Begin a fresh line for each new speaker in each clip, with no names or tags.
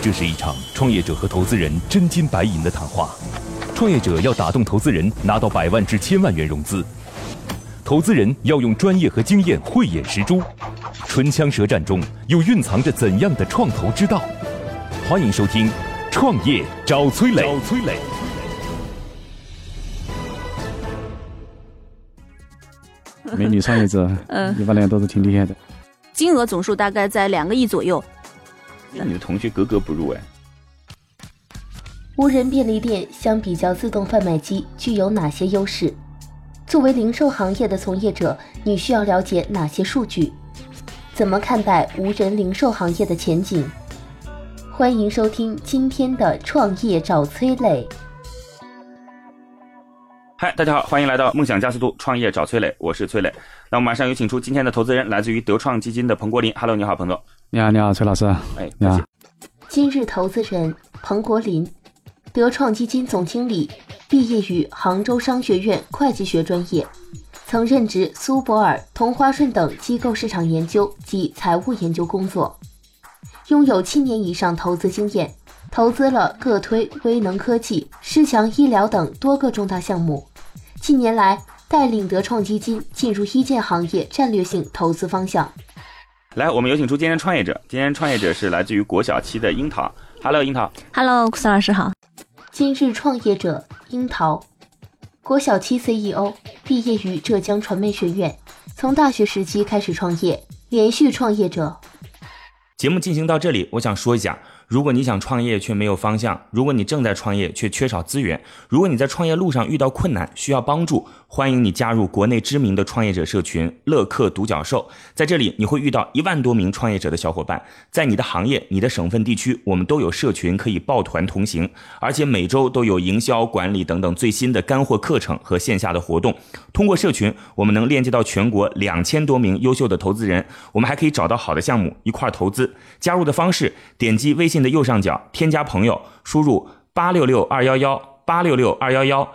这是一场创业者和投资人真金白银的谈话。创业者要打动投资人，拿到百万至千万元融资；投资人要用专业和经验慧眼识珠。唇枪舌战中，又蕴藏着怎样的创投之道？欢迎收听《创业找崔磊》。
找崔磊。
美女创业者，
嗯
一八年都是挺厉害的。
金额总数大概在两个亿左右。
你的同学格格不入哎。
无人便利店相比较自动贩卖机具有哪些优势？作为零售行业的从业者，你需要了解哪些数据？怎么看待无人零售行业的前景？欢迎收听今天的《创业找崔磊》。
嗨，大家好，欢迎来到梦想加速度创业找崔磊，我是崔磊。那我们马上有请出今天的投资人，来自于德创基金的彭国林。Hello，你好，彭总。
你好，你好，崔老师。啊
哎，
你好，
今日投资人彭国林，德创基金总经理，毕业于杭州商学院会计学专业，曾任职苏泊尔、同花顺等机构市场研究及财务研究工作，拥有七年以上投资经验，投资了各推、威能科技、世强医疗等多个重大项目。近年来，带领德创基金进入一建行业战略性投资方向。
来，我们有请出今天的创业者，今天创业者是来自于国小期的樱桃。Hello，樱桃。
Hello，孙老师好。
今日创业者樱桃，国小七 CEO，毕业于浙江传媒学院，从大学时期开始创业，连续创业者。
节目进行到这里，我想说一下：如果你想创业却没有方向，如果你正在创业却缺少资源，如果你在创业路上遇到困难需要帮助，欢迎你加入国内知名的创业者社群“乐客独角兽”。在这里，你会遇到一万多名创业者的小伙伴，在你的行业、你的省份、地区，我们都有社群可以抱团同行，而且每周都有营销、管理等等最新的干货课程和线下的活动。通过社群，我们能链接到全国两千多名优秀的投资人，我们还可以找到好的项目一块儿投资。加入的方式，点击微信的右上角添加朋友，输入八六六二幺幺八六六二幺幺。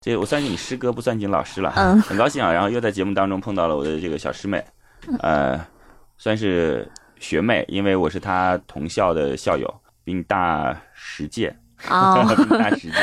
这我算是你师哥，不算你老师了。
嗯
很高兴啊，然后又在节目当中碰到了我的这个小师妹，呃，算是学妹，因为我是她同校的校友，比你大十届，
哦、
比你大十届。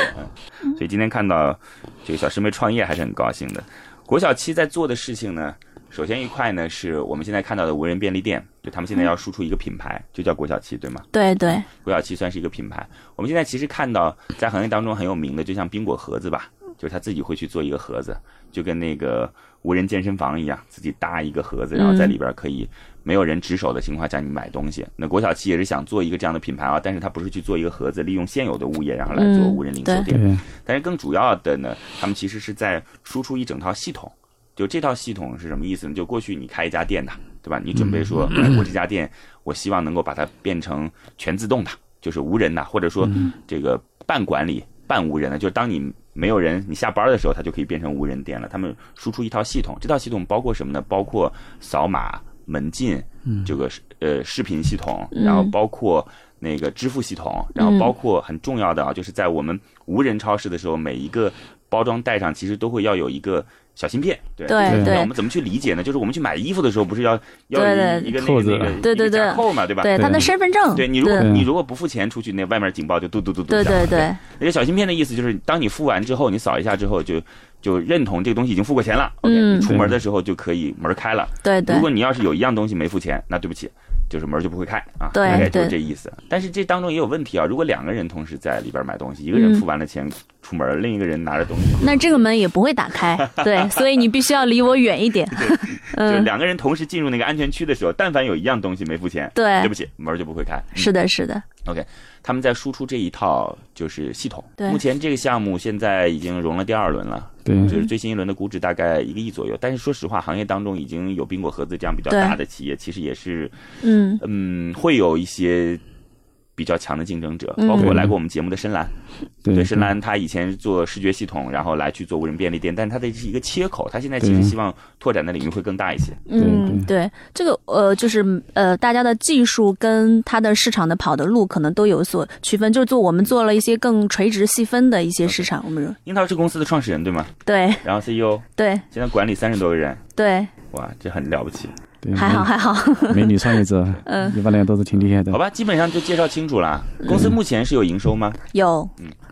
嗯，所以今天看到这个小师妹创业还是很高兴的。国小七在做的事情呢，首先一块呢是我们现在看到的无人便利店，就他们现在要输出一个品牌，就叫国小七，对吗？
对对，
国小七算是一个品牌。我们现在其实看到，在行业当中很有名的，就像冰果盒子吧，就是他自己会去做一个盒子，就跟那个无人健身房一样，自己搭一个盒子，然后在里边可以没有人值守的情况下你买东西。那国小七也是想做一个这样的品牌啊，但是它不是去做一个盒子，利用现有的物业然后来做
嗯
无人零售
对
店，
对，
但是更主要的呢，他们其实是在输出一整套系统。就这套系统是什么意思呢？就过去你开一家店的，对吧？你准备说，哎我这家店，我希望能够把它变成全自动的，就是无人的，或者说呃这个半管理、半无人的，就是当你没有人，你下班的时候，它就可以变成无人店了。他们输出一套系统，这套系统包括什么呢？包括扫码、门禁，这个视呃视频系统，然后
嗯
包括那个支付系统，然后
嗯
包括很重要的啊，就是在我们无人超市的时候，每一个包装袋上其实都会要有一个小芯片，对
对
那
对
我们怎么去理解呢？就是我们去买衣服的时候，不是要要
对
有
对
一一个那
扣
个
子
那个
对对
一个夹
对
扣嘛，对吧？
对他的身份证，
对你如果
对
你如果不付钱出去，那外面警报就嘟嘟嘟嘟
对
响
对
了。
对，
那个小芯片的意思就是，当你付完之后，你扫一下之后就就认同这个东西已经付过钱了。OK，
嗯
你出门的时候就可以门开了。
对对
如果你要是有一样东西没付钱，那对不起，就是门就不会开啊，
对
大概就
对
是这意思。但是这当中也有问题啊，如果两个人同时在里边买东西，一个人
嗯
付完了钱出门，另一个人拿着东西，
那这个门也不会打开，对，所以你必须要离我远一点。
就是
嗯，
两个人同时进入那个安全区的时候，但凡有一样东西没付钱，
对
对不起，门就不会开。嗯
是的，是的，
他们在输出这一套就是系统。
对
目前这个项目现在已经融了第二轮了，
对，
嗯
就是最新一轮的估值大概一个亿左右。但是说实话，行业当中已经有冰果盒子这样比较
对
大的企业，其实也是
嗯
嗯会有一些。比较强的竞争者，
嗯
包括来过我们节目的深蓝，对
对，
深蓝，他以前做视觉系统，然后来去做无人便利店，但是他的是一个切口，他现在其实
对
希望拓展的领域会更大一些。
嗯，
对
对，这个呃，就是呃，大家的技术跟它的市场的跑的路可能都有所区分，就是做我们做了一些更垂直细分的一些市场，我们
樱桃是公司的创始人对吗？
对
然后 CEO
对
现在管理三十多个人，
对
哇，这很了不起。
对，
还好还嗯好，
美美女创业者，一般来讲都是挺厉害的
好。吧，基本上就介绍清楚了。公司目前是有营收吗？
有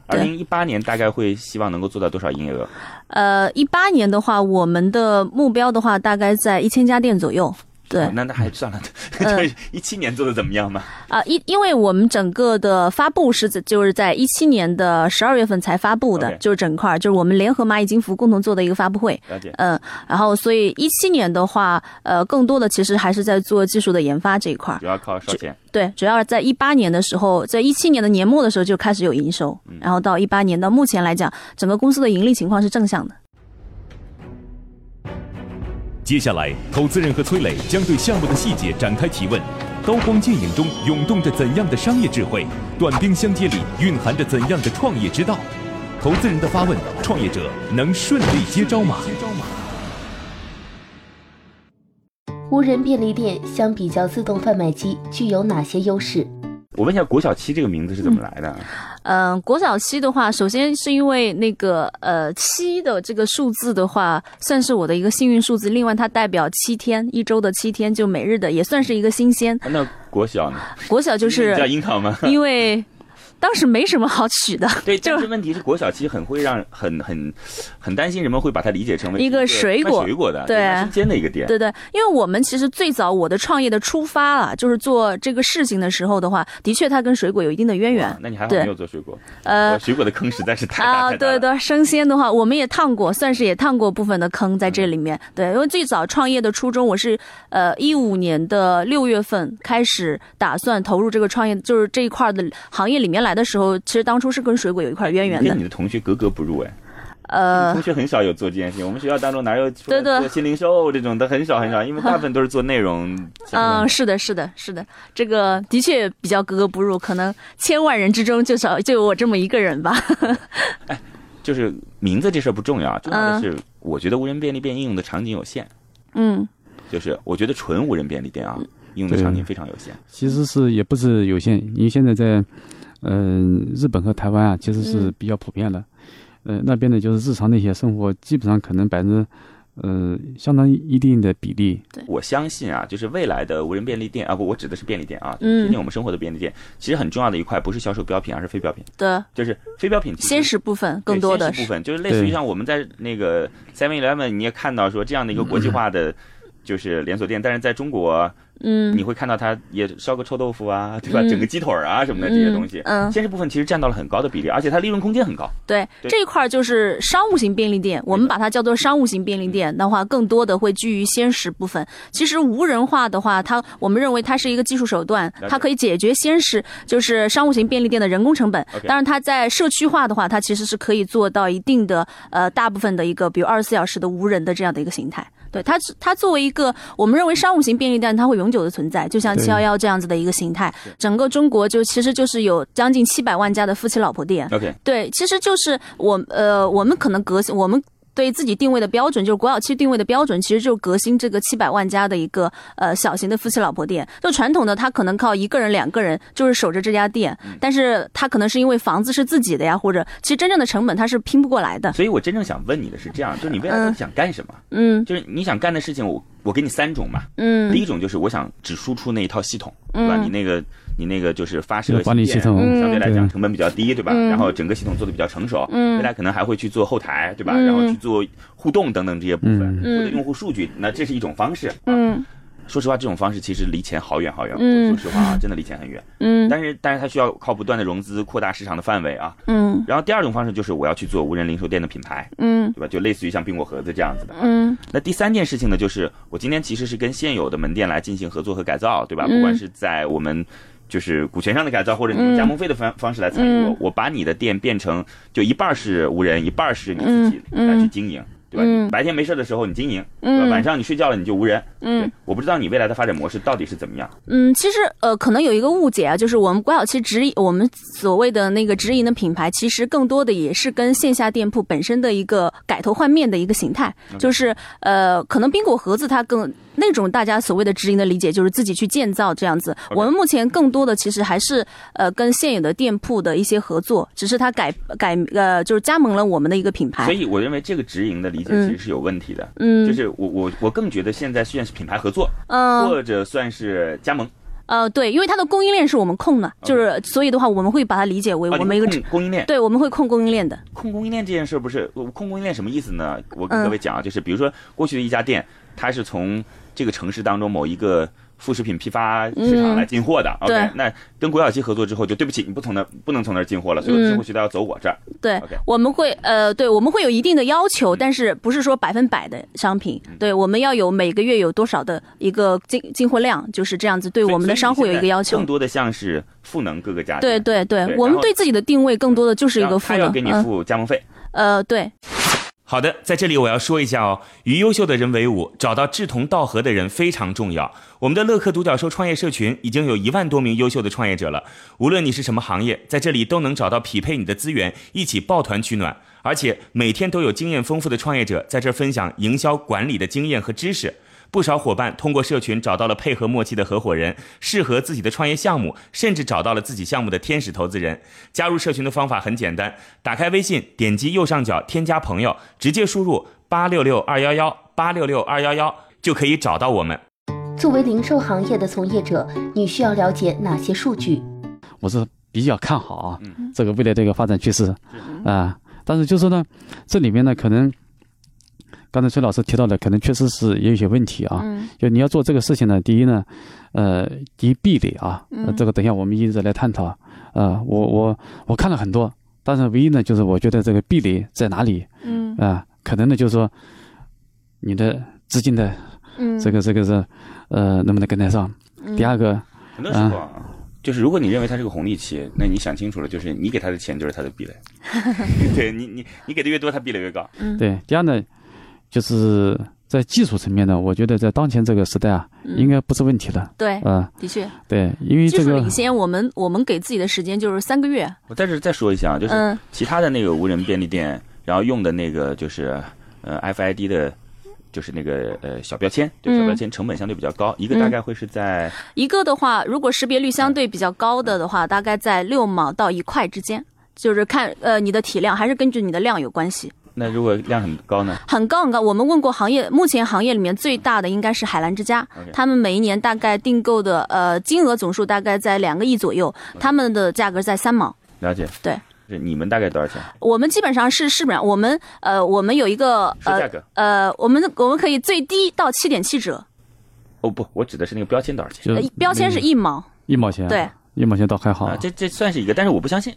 二
对
零一八年大概会希望能够做到多少营业额？
呃，一八年的话，我们的目标的话大概在一千家店左右。对，
哦那那还算了。
嗯
一七年做的怎么样嘛？
啊，因因为我们整个的发布是在就是在一七年的十二月份才发布的
OK
就是整块儿就是我们联合蚂蚁金服共同做的一个发布会。
了解。
嗯，然后所以一七年的话，呃，更多的其实还是在做技术的研发这一块儿
主。要靠烧钱，
对，主要是在一八年的时候，在一七年的年末的时候就开始有营收，
嗯
然后到一八年到目前来讲，整个公司的盈利情况是正向的。
接下来，投资人和崔磊将对项目的细节展开提问。刀光剑影中涌动着怎样的商业智慧？短兵相接里蕴含着怎样的创业之道？投资人的发问，创业者能顺利接招吗？
无人便利店相比较自动贩卖机具有哪些优势？
我问一下，国小七这个名字是怎么来的？
嗯、国小七的话，首先是因为那个呃七的这个数字的话，算是我的一个幸运数字。另外，它代表七天，一周的七天，就每日的也算是一个新鲜。
啊那国小呢？
国小 就
叫
是
樱桃吗？
因为当时没什么好取的，
对，
就
但是问题是国小七很会让很很很担心人们会把它理解成为
一个水
卖
果
水果的
对
卖生煎的一个店。
对对，因为我们其实最早我的创业的出发啊，就是做这个事情的时候的话，的确它跟水果有一定的渊
啊
源。
那你还好
对
没有做水果，
呃
我，水果的坑实在是太大
啊，
太大
对
了
对，生鲜的话，我们也烫过，算是也烫过部分的坑在这里面。
嗯
对，因为最早创业的初衷，我是呃一五年的六月份开始打算投入这个创业，就是这一块的行业里面来的时候，其实当初是跟水果有一块渊源
你跟
的
你。的同学格格不入哎，
呃
同，学很少有做这件事情。我们学校当中哪有说
对对
做新零售这种的很少很少，因为大部分都是做内 容相
嗯，
关的。
是的，是的，是的，这个的确比较格格不入，可能千万人之中就少就有我这么一个人吧。
就是名字这事儿不重要，重要的是我觉得无人便利店应用的场景有限，
嗯，
就是我觉得纯无人便利店啊，应用的
对
场景非常有限。
其实是也不是有限，因为现在在，嗯、日本和台湾啊，其实是
嗯
比较普遍的。呃，那边的就是日常的一些生活，基本上可能百分之，呃，相当于一定的比例，
我相信啊，就是未来的无人便利店啊，不，我指的是便利店啊，
嗯
今天我们生活的便利店，其实很重要的一块不是销售标品，而是非标品，
的
就是非标品其实
鲜食部分更多的
嗯对鲜食部
是，
分，就是类似于像我们在那个 Seven Eleven，你也看到说这样的一个国际化的。就是连锁店，但是在中国，啊
嗯
你会看到它也烧个臭豆腐啊，对吧？
嗯
整个鸡腿儿啊什么的这些东西
嗯，嗯，
鲜食部分其实占到了很高的比例，而且它利润空间很高。
对，
对
这一块儿就是商务型便利店，我们把它叫做商务型便利店的话，更多的会居于鲜食部分。其实无人化的话，它我们认为它是一个技术手段
解，
它可以解决鲜食就是商务型便利店的人工成本。
OK
当然，它在社区化的话，它其实是可以做到一定的呃大部分的一个，比如二十四小时的无人的这样的一个形态。对它，它作为一个我们认为商务型便利店，它会永久的存在，就像
对
七幺幺这样子的一个形态。整个中国就其实就是有将近七百万家的夫妻老婆店，
OK，
对，其实就是我呃，我们可能革新我们。对自己定位的标准，就是国小七定位的标准，其实就是革新这个七百万家的一个呃小型的夫妻老婆店。就传统的，他可能靠一个人、两个人就是守着这家店，
嗯
但是他可能是因为房子是自己的呀，或者其实真正的成本他是拼不过来的。
所以我真正想问你的是这样，就是你未来到底
嗯
想干什么？
嗯
就是你想干的事情，我我给你三种嘛，第
嗯
一种就是我想只输出那一套系统，对吧？
嗯
你那个你那个就是发射
管理
芯片
系统
嗯
相对来讲
对
成本比较低，对吧？
嗯
然后整个系统做的比较成熟，
嗯
未来可能还会去做后台，对吧？
嗯
然后去做互动等等这些部分，
嗯
或者用户数据，那这是一种方式。啊
嗯
说实话，这种方式其实离钱好远好远。
嗯
我说实话啊，真的离钱很远。
嗯
但是但是它需要靠不断的融资扩大市场的范围啊。
嗯
然后第二种方式就是我要去做无人零售店的品牌，
嗯
对吧？就类似于像冰果盒子这样子的。
嗯
那第三件事情呢，就是我今天其实是跟现有的门店来进行合作和改造，对吧？
嗯
不管是在我们就是股权上的改造，或者你用加盟费的方方式来参与我，
嗯
我把你的店变成就一半儿是无人，一半儿是你自己
嗯
来
嗯
去经营，对吧？
嗯
你白天没事的时候你经营，对吧？晚上你睡觉了你就无人。对
嗯，
我不知道你未来的发展模式到底是怎么样。
嗯，其实呃，可能有一个误解啊，就是我们国小七直营，我们所谓的那个直营的品牌，其实更多的也是跟线下店铺本身的一个改头换面的一个形态，就是呃，可能冰果盒子它更那种大家所谓的直营的理解，就是自己去建造这样子。
OK
我们目前更多的其实还是呃跟现有的店铺的一些合作，只是它改改呃就是加盟了我们的一个品
所
牌。
以我认为这个直营的理解其实是有问题的。
哎嗯
就是我我我更觉得现在线是品牌合作，
嗯、
或者算是加盟。
呃，对，因为它的供应链是我们控的，就是所以的话，我们会把它理解为
啊
我
你
们一个、
控供应链，
对，我们会控供应链的。
控供应链这件事儿不是我控供应链什么意思呢？我跟
嗯
各位讲啊，就是比如说过去的一家店，它是从这个城市当中某一个副食品批发市场来进货的。
嗯对
OK，那跟国小七合作之后，就对不起，你不从那不能从那儿进货了，所有的进货渠道要走我这儿。
对
OK 嗯
我们会呃，对，我们会有一定的要求，但是不是说百分百的商品，对，我们要有每个月有多少的一个进进货量，就是这样子，对
所以
我们的商户有一个要
所以
求
你现在更。多的像是赋能各个家庭。
对对对
对，
我们
然后
对自己的定位更多的就是一
然后
个赋
他要
能
给，你
嗯，
付加盟费，
呃，对，
好的，在这里我要说一下哦，与优秀的人为伍，找到志同道合的人非常重要。我们的乐客独角兽创业社群已经有一万多名优秀的创业者了，无论你是什么行业，在这里都能找到匹配你的资源，一起抱团取暖。而且每天都有经验丰富的创业者在这儿分享营销管理的经验和知识。不少伙伴通过社群找到了配合默契的合伙人，适合自己的创业项目，甚至找到了自己项目的天使投资人。加入社群的方法很简单，打开微信，点击右上角添加朋友，直接输入八六六二幺幺八六六二幺幺就可以找到我们。
作为零售行业的从业者，你需要了解哪些数据？
我是比较看好啊，这个未来的一个发展趋势啊、但是就是呢，这里面呢，可能刚才崔老师提到的，可能确实是也有些问题啊。
嗯
就你要做这个事情呢，第一呢，呃，第一壁垒啊，呃
嗯
这个等一下我们一直来探讨。呃，我我我看了很多，但是唯一呢，就是我觉得这个壁垒在哪里
嗯
啊、可能呢，就是说你的资金的
嗯，
这个这个是呃能不能跟得上。第二个，
很多时候啊。就是如果你认为它是个红利期，那你想清楚了，就是你给他的钱就是他的 壁垒，对你你你给的越多，他壁垒越高。
对，第二呢，就是在技术层面呢，我觉得在当前这个时代啊，
嗯
应该不是问题了。
对，
呃，
的确，
对，因为
技
这
术
个
领先，我们我们给自己的时间就是三个月，
我在这儿再说一下啊，就是
嗯
其他的那个无人便利店，然后用的那个就是呃 FID 的，就是那个呃小标签，对
嗯
小标签成本相对比较高，一个大概会是在
一个的话，如果识别率相对比较高的的话，
嗯
大概在六毛到一块之间，就是看呃你的体量，还是根据你的量有关系。
那如果量很高呢，
很高很高，我们问过行业，目前行业里面最大的应该是海澜之家
OK
他们每一年大概订购的呃金额总数大概在两个亿左右，他们的价格在三毛。
了解？
对，
是你们大概多少钱？
我们基本上是市本，我们呃我们有一个
说价
呃
格？
呃，我们我们可以最低到七点七折，
哦不，我指的是那个标签多少钱
就
呃标签是一毛，
一毛
嗯
钱，啊
对，
一毛钱倒还好
啊？这这算是一个，但是我不相信，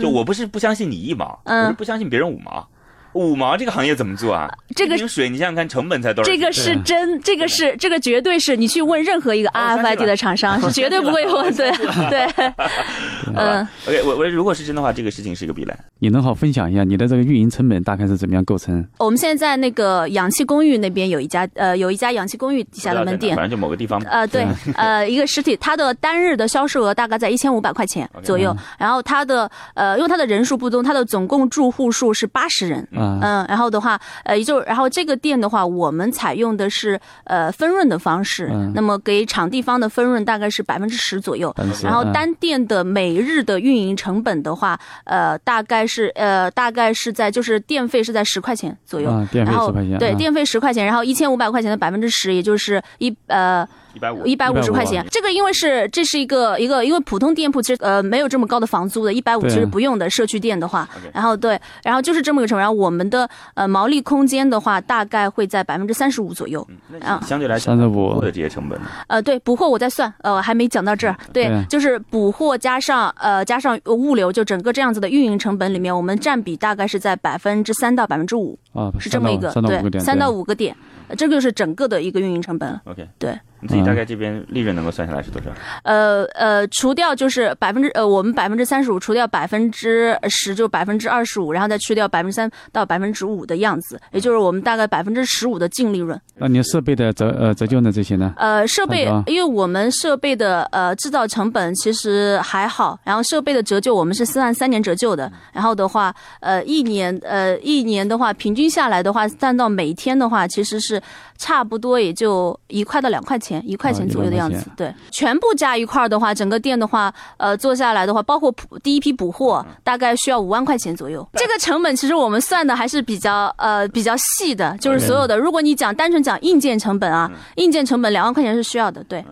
就我不是不相信你一毛，
嗯呃
我是不相信别人五毛。五毛这个行业怎么做啊？
这个
一瓶水你想想看，成本才多少
这
钱？
个是真，这个是这个绝对是你去问任何一个
我相信
RFID
了
的厂商是绝对不会问，
哦
对对，
好吧
嗯
OK，我我如果是真的话，这个事情是个壁垒。
你能好分享一下你的这个运营成本大概是怎么样构成？
我们现在在那个氧气公寓那边有一家呃有一家氧气公寓底下的门店
反，正就某个地方吧。
呃，对，呃，一个实体，它的单日的销售额大概在一千五百块钱
OK
左右。然后它的呃，因为它的人数不多，它的总共住户数是八十人。
啊、
嗯，然后的话，呃，也就然后这个店的话，我们采用的是呃分润的方式，
嗯
那么给场地方的分润大概是百分之十左右。
但是
然后
嗯
单店的每日的运营成本的话，呃，大概是呃大概是在就是电费是在十块钱左右，
啊，电费
然后
十块钱，
对
啊
电费十块钱，然后一千五百块钱的百分之十，也就是一呃
一百五，
一百五十
150
块钱，这个因为是这是一个一个，因为普通店铺其实呃没有这么高的房租的，一百五
对啊
其实不用的。社区店的话
OK，
然后对，然后就是这么个成本。然后我们的呃毛利空间的话，大概会在百分之三十五左右。
嗯那相对来讲，
35
获的这些成本呢，
呃，对，补货我在算，呃，我还没讲到这儿。对
对啊，
就是补货加上呃加上物流，就整个这样子的运营成本里面，我们占比大概是在百分之三到百分之五，
啊
是这么一个
三到五个
对
点，
三到
五
五个点，呃这个就是整个的一个运营成本了。
OK，
对。
你
嗯
自己大概这边利润能够算下来是多少？
呃呃，除掉就是百分之呃，我们百分之三十五，除掉百分之十，就百分之二十五，然后再去掉百分之三到百分之五的样子，也就是我们大概百分之十五的净利润。
那你设备的折呃折旧呢这些呢？
呃，设备
好的，
因为我们设备的呃制造成本其实还好，然后设备的折旧我们是按三年折旧的，然后的话，呃一年呃一年的话平均下来的话，算到每天的话，其实是差不多也就一块到两块钱，一块钱左右的样
啊一
子
块。
对，全部加一块儿的话，整个店的话，呃，做下来的话，包括补第一批补货，大概需要五万块钱左右。这个成本其实我们算的还是比较呃比较细的，就是所有的。如果你讲单纯讲硬件成本啊，硬件成本两万块钱是需要的，对。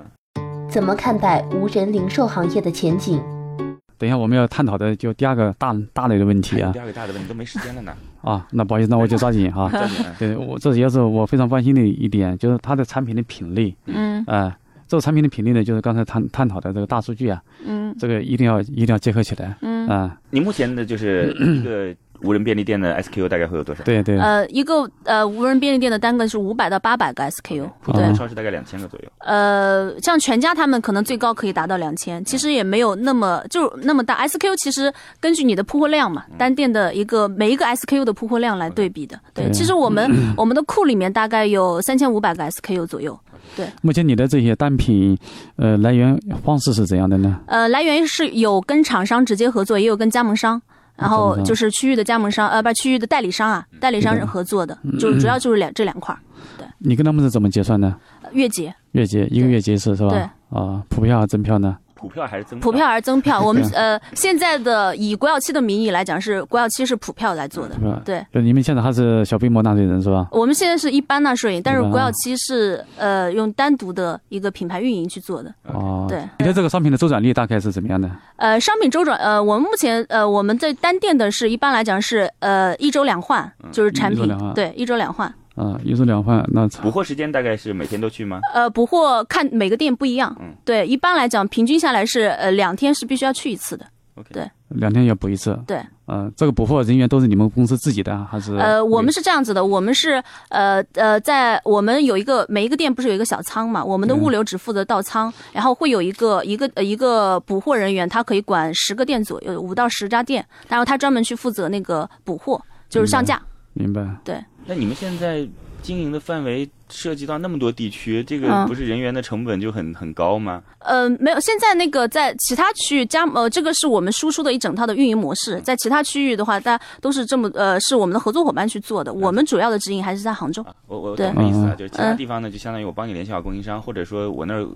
怎么看待无人零售行业的前景？
等一下我们要探讨的就第二个大大类的问题啊
第二个大的问题都没时间了呢，
啊，那不好意思，那我就抓紧 哈、
抓紧啊
对我这也是我非常关心的一点，就是它的产品的品类，
嗯
啊、这个产品的品类呢，就是刚才探探讨的这个大数据啊，
嗯
这个一定要一定要结合起来，
哎
嗯啊、
你目前的就是一个无人便利店的 SKU 大概会有多少？
对对，
呃，一个呃无人便利店的单个是五百到八百个 SKU，
普通的超市大概两千个左右。
呃，像全家他们可能最高可以达到两千，其实也没有那么就那么大。SKU 其实根据你的铺货量嘛，单店的一个每一个 SKU 的铺货量来对比的。对，
对
其实我们
嗯
我们的库里面大概有三千五百个 SKU 左右。
目前你的这些单品，呃，来源方式是怎样的呢？
呃，来源是有跟厂商直接合作，也有跟加盟商。然
加盟
后
商嗯
就是区域的加盟商，呃，不，区域的代理商啊，代理商是合作的，就是主要就是两这两块儿，
你跟他们是怎么结算的？
呃月结、
月结一个
对
月结一次是吧？
对
啊，普票还是增票呢？
普票还是增
普票？还是增票？我们呃现在的以国药期的名义来讲是国药期是普票来做的
对，吧？
对。
就你们现在还是小规模纳税人是吧？
我们现在是一般纳税人，但是
一般啊
国药期是呃用单独的一个品牌运营去做的。
哦，
对，
你的这个商品的周转率大概是怎么样的？
呃，商品周转，呃，我们目前呃我们在单店的是一般来讲是呃一周两换，就是
嗯
产
一周
品
两换
对一周两换。
啊，一周两换，那
补货时间大概是每天都去吗？
呃，补货看每个店不一样
嗯，
对，一般来讲平均下来是呃两天是必须要去一次的。
两天要补一次。
对，
嗯，这个补货人员都是你们公司自己的啊还是？
呃，我们是这样子的，我们是呃呃，在我们有一个每一个店不是有一个小仓嘛，我们的
嗯
物流只负责到仓，然后会有一个一个、呃、一个补货人员，他可以管十个店左右，五到十家店，然后他专门去负责那个补货，就是上架。
明白。
那你们现在经营的范围涉及到那么多地区，这个
嗯
不是人员的成本就很很高吗？
呃，没有，现在那个在其他区域加呃，这个是我们输出的一整套的运营模式，在其他区域的话，大家都是这么呃，是我们的合作伙伴去做的，我们主要的直营还是在杭州。
啊，我我
对
懂的意思
嗯
啊，就是其他地方呢，就相当于我帮你联系好供应商，或者说我那儿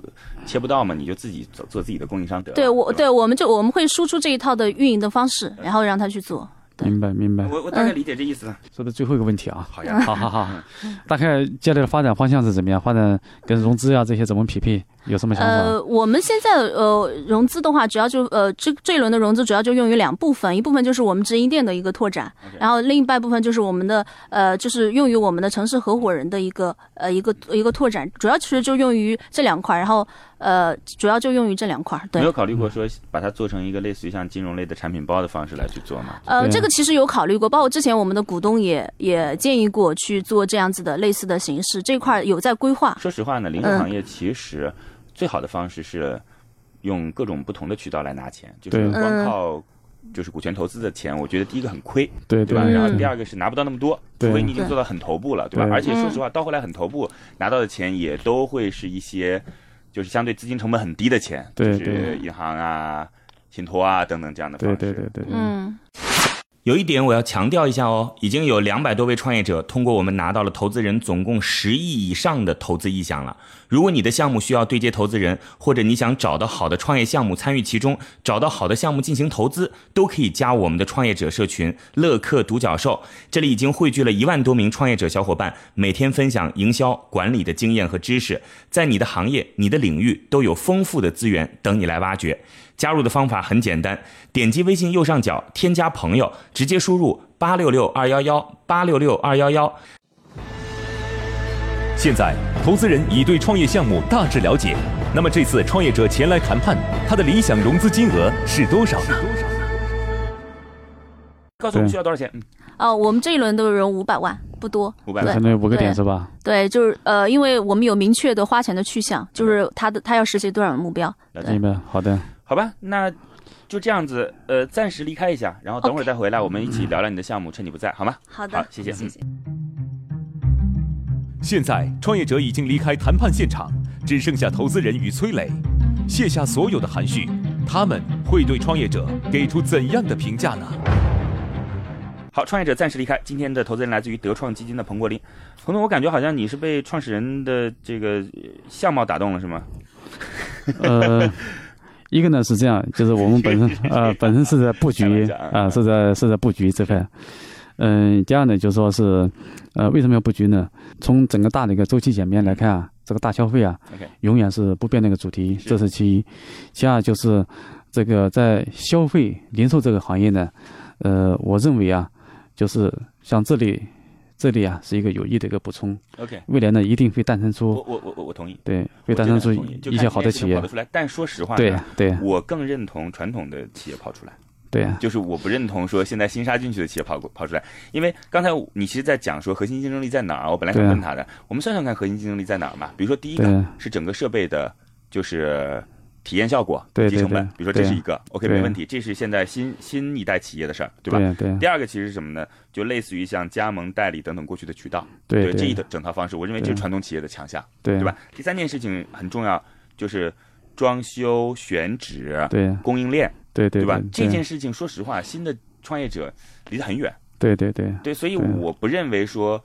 切不到嘛，你就自己做做自己的供应商得了。
对我，
吧
对，我们就我们会输出这一套的运营的方式，然后让他去做。对嗯
明白明白，
我我大概理解这意思了。
说的最后一个问题啊，
好 呀，
好好好，大概接下来的发展方向是怎么样？发展跟融资啊这些怎么匹配？有什么想法？
呃，我们现在呃融资的话，主要就呃这这一轮的融资主要就用于两部分，一部分就是我们直营店的一个拓展
OK
然后另一半部分就是我们的呃就是用于我们的城市合伙人的一个呃一个一个拓展，主要其实就用于这两块，然后呃主要就用于这两块，对
没。有考虑过说把它做成一个类似于像金融类的产品包的方式来去做吗？
呃，
对
这个其实有考虑过，包括之前我们的股东也也建议过去做这样子的类似的形式，这块有在规划。
说实话呢，零售
嗯
行业其实最好的方式是用各种不同的渠道来拿钱，就
对
是光
嗯
靠就是股权投资的钱，我觉得第一个很亏，
对
对吧？
嗯
然后第二个是拿不到那么多，
对
除非你已经
对
做到很头部了，对吧？
对
而且
嗯
说实话，到后来很头部拿到的钱也都会是一些就是相对资金成本很低的钱，
对
就是银行啊、信托啊等等这样的方
对
式。
对对对，
嗯，
有一点我要强调一下哦，已经有两百多位创业者通过我们拿到了投资人总共十亿以上的投资意向了。如果你的项目需要对接投资人，或者你想找到好的创业项目参与其中，找到好的项目进行投资，都可以加我们的创业者社群“乐客独角兽”。这里已经汇聚了一万多名创业者小伙伴，每天分享营销管理的经验和知识，在你的行业、你的领域都有丰富的资源等你来挖掘。加入的方法很简单，点击微信右上角添加朋友，直接输入八六六二幺幺八六六二幺幺。
现在，投资人已对创业项目大致了解。那么这次创业者前来谈判，他的理想融资金额是多少呢？
告诉我们
对
需要多少钱？嗯，
哦，我们这一轮的融五百万，不多。
五百
可
万。
能有五个点
对
是吧？
对，就是呃，因为我们有明确的花钱的去向，就是
嗯
他的他要实现多少的目标。
了解
明白，好的，
好吧，那就这样子，呃，暂时离开一下，然后等会儿再回来，我们一起聊聊你的项目，趁你不在，好吗？
好
的好谢谢谢
谢。
现在，创业者已经离开谈判现场，只剩下投资人与崔磊，卸下所有的含蓄，他们会对创业者给出怎样的评价呢？
好，创业者暂时离开。今天的投资人来自于德创基金的彭国林。彭总，我感觉好像你是被创始人的这个呃相貌打动了，是吗？
呃，一个呢是这样，就是我们本 身呃本身是在布
开玩
局
笑
啊
啊、
是在是在布局这块。嗯，第二呢，就说是，呃，为什么要布局呢？从整个大的一个周期演变来看啊，这个大消费啊
OK
永远是不变的一个主题，
是
这是其一。其二就是这个在消费零售这个行业呢，呃，我认为啊，就是像这里这里啊是一个有益的一个补充，
OK，
未来呢一定会诞生
我
出
我我我我同意，
对，
我
会诞生出
真的很同意就
一些
看
好
今
的
天是
企
能
业
跑得，出来。但说实话，
对对
我更认同传统的企业跑出来。
对啊。
就是我不认同说现在新杀进去的企业跑过跑出来，因为刚才你其实在讲说核心竞争力在哪儿，我本来想
对啊
问他的，我们算算看核心竞争力在哪儿嘛？比如说第一
对
个
啊
是整个设备的，就是体验效果、
对
及
对
成本
对，
比如说这
对啊
是一个，OK
对啊
没问题，这是现在新新一代企业的事儿，对吧？
对对
第二个其实是什么呢？就类似于像加盟、代理等等过去的渠道，
对
这一
对
整套方式，我认为这
对
是传统企业的强项，
对
对吧？第三件事情很重要，就是装修、选址、
对
供应链。
对对
对吧？这件
事
事情，说实话，新的创业者离得很远，
对对对
对，所以
对
我不认为说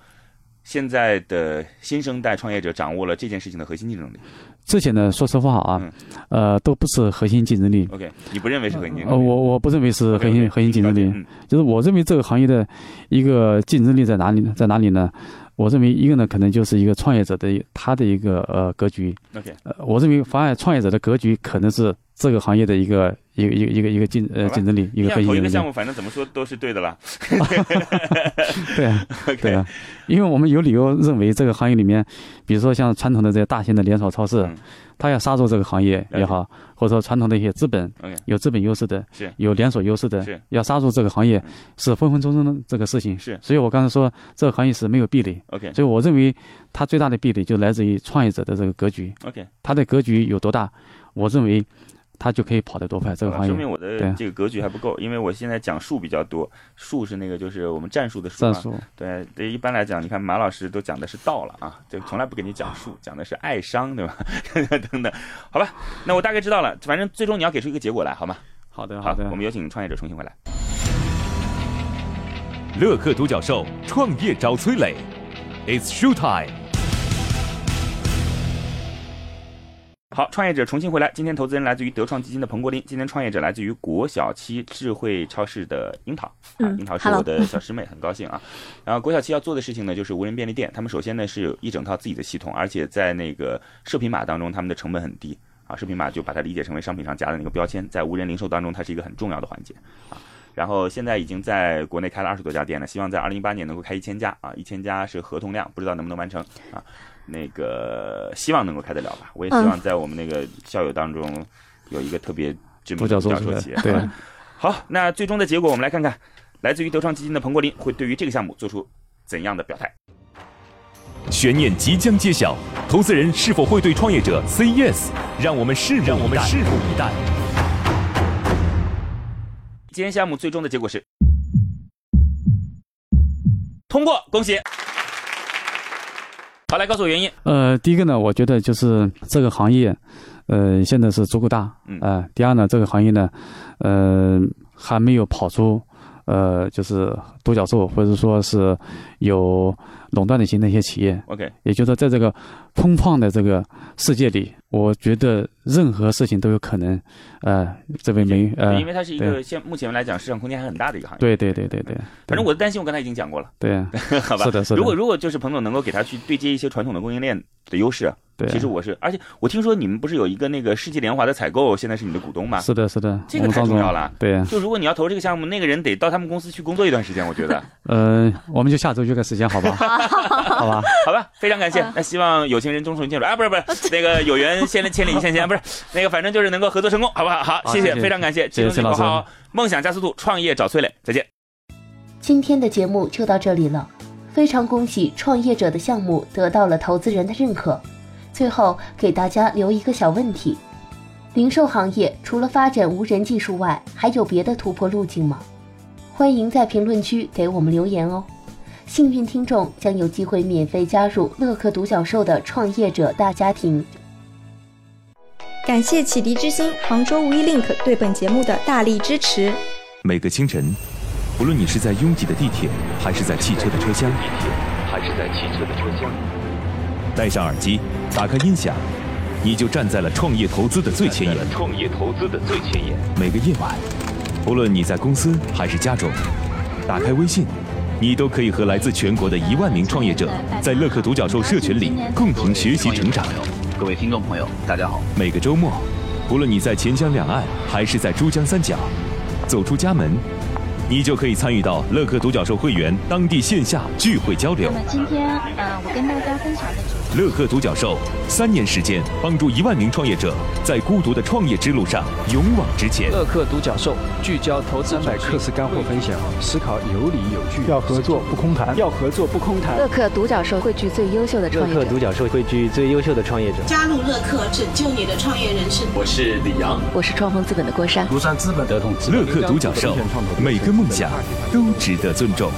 现在的新生代创业者掌握了这件事情的核心竞争力。
之前呢，说实话
嗯
啊，呃，都不是核心竞争力。
OK，你不认为是核心竞
呃，
争力？
我我不认为是核心
OK，OK，
核心竞争力，
嗯
就是我认为这个行业的一个竞争力在哪里呢？在哪里呢？我认为一个呢，可能就是一个创业者的他的一个呃格局，
，OK，
呃，我认为妨碍创业者的格局可能是这个行业的一个一个一个一个一个竞呃
好吧
竞争力，一
你
个核
想
心
投一个
竞争
项
力。
目，反正怎么说都是对的啦。
对啊， 对
OK，
啊，因为我们有理由认为这个行业里面，比如说像传统的这些大型的连锁超市
嗯，
它要杀入这个行业也好，或者说传统的一些资本
OK，
有资本优势的
是，
有连锁优势的
是，
要杀入这个行业
嗯
是分分钟钟的这个事情。
是
所以我刚才说这个行业是没有壁垒，
OK
所以我认为它最大的壁垒就来自于创业者的这个格局，
OK，
它的格局有多大，我认为它就可以跑得多快。这个行
说明
业
我
对
的
啊
这个格局还不够，因为我现在讲术比较多，术是那个就是我们战术的术
战
嘛。
术
对，这一般来讲，你看马老师都讲的是道了啊，就从来不给你讲术，讲的是爱商，对吧？ 等等，好吧，那我大概知道了，反正最终你要给出一个结果来，好吗？
好的
好，
的
我。们有请创业者重新回来。
乐客独角兽创业找崔磊，It's show time。
好，创业者重新回来。今天投资人来自于德创基金的彭国林，今天创业者来自于国小七智慧超市的樱桃。啊，
嗯
樱桃是
，hello
我的小师妹，很高兴啊。然后国小七要做的事情呢，就是无人便利店。他们首先呢是有一整套自己的系统，而且在那个射频码当中，他们的成本很低啊。射频码就把它理解成为商品上夹的那个标签，在无人零售当中，它是一个很重要的环节啊。然后现在已经在国内开了二十多家店了，希望在二零一八年能够开一千家啊，一千家是合同量，不知道能不能完成啊。那个希望能够开得了吧。我也希望在我们那个校友当中有一个特别知名
独
的
角兽
兽
出来
企业。
对，
好，那最终的结果我们来看看，来自于德创基金的彭国林会对于这个项目做出怎样的表态？
悬念即将揭晓，投资人是否会对创业者 say yes？让我们拭目让我们拭目以待。
今天项目最终的结果是通过，恭喜！好，来告诉我原因。
呃，第一个呢，我觉得就是这个行业，呃，现在是足够大，
嗯
呃，第二呢，这个行业呢，呃，还没有跑出，呃，就是独角兽或者说是有垄断型的一些企业，
OK，
也就是说，在这个空旷的这个世界里，我觉得任何事情都有可能，呃，这位没呃
因，为它是一个现目前来讲市场空间还很大的一个行业。，
对对对对对，
反正我的担心我刚才已经讲过了，
对，
好吧？
是的是的
如果如果就是彭总能够给他去对接一些传统的供应链的优势，啊
对，
其实我是，而且我听说你们不是有一个那个世纪联华的采购，现在是你的股东吗？
是的是的，嗯
这
我
个
们
太
张总
重要了。
对，
就如果你要投这个项目，那个人得到他们公司去工作一段时间，我觉得，
呃，我们就下周约个时间，好 吧？好吧，
好吧，非常感谢。那希望有情人终成眷属啊，不是不是，那个有缘千里千里一线牵，不是那个，反正就是能够合作成功，好不好？好，
好
谢
谢谢
非常感谢。
谢谢
金
老
融
师
好，梦想加速度，创业找崔磊，再见。
今天的节目就到这里了，非常恭喜创业者的项目得到了投资人的认可。最后给大家留一个小问题：零售行业除了发展无人技术外，还有别的突破路径吗？欢迎在评论区给我们留言哦。幸运听众将有机会免费加入乐客独角兽的创业者大家庭。
感谢启迪之星、杭州无一 link 对本节目的大力支持。
每个清晨，无论你是在拥挤的地铁，还是在汽车的车厢，
还是在汽车的车厢。
戴上耳机，打开音响，你就站在了创业投资的最前沿。
创业投资的最前沿。
每个夜晚，无论你在公司还是家中，打开微信，你都可以和来自全国的一万名创业者，在乐客独角兽社群里共同学习成长。
各位听众朋友，大家好。
每个周末，无论你在钱江两岸还是在珠江三角，走出家门，你就可以参与到乐客独角兽会员当地线下聚会交流
那。么今天，呃，我跟大家分享的主题
乐客独角兽三年时间，帮助一万名创业者在孤独的创业之路上勇往直前。
乐客独角兽聚焦投资百课时干货分享，思考有理有据，
要合作不空谈，
要合作不空谈。
乐客独角兽汇聚最优秀的创业者，
角兽汇聚最优秀的创业者。
加入乐客，拯救你的创业人生。
我是李阳，
我是创丰资本的郭珊。
庐山资本、德同资
乐客独角兽，每个梦想都值得尊重。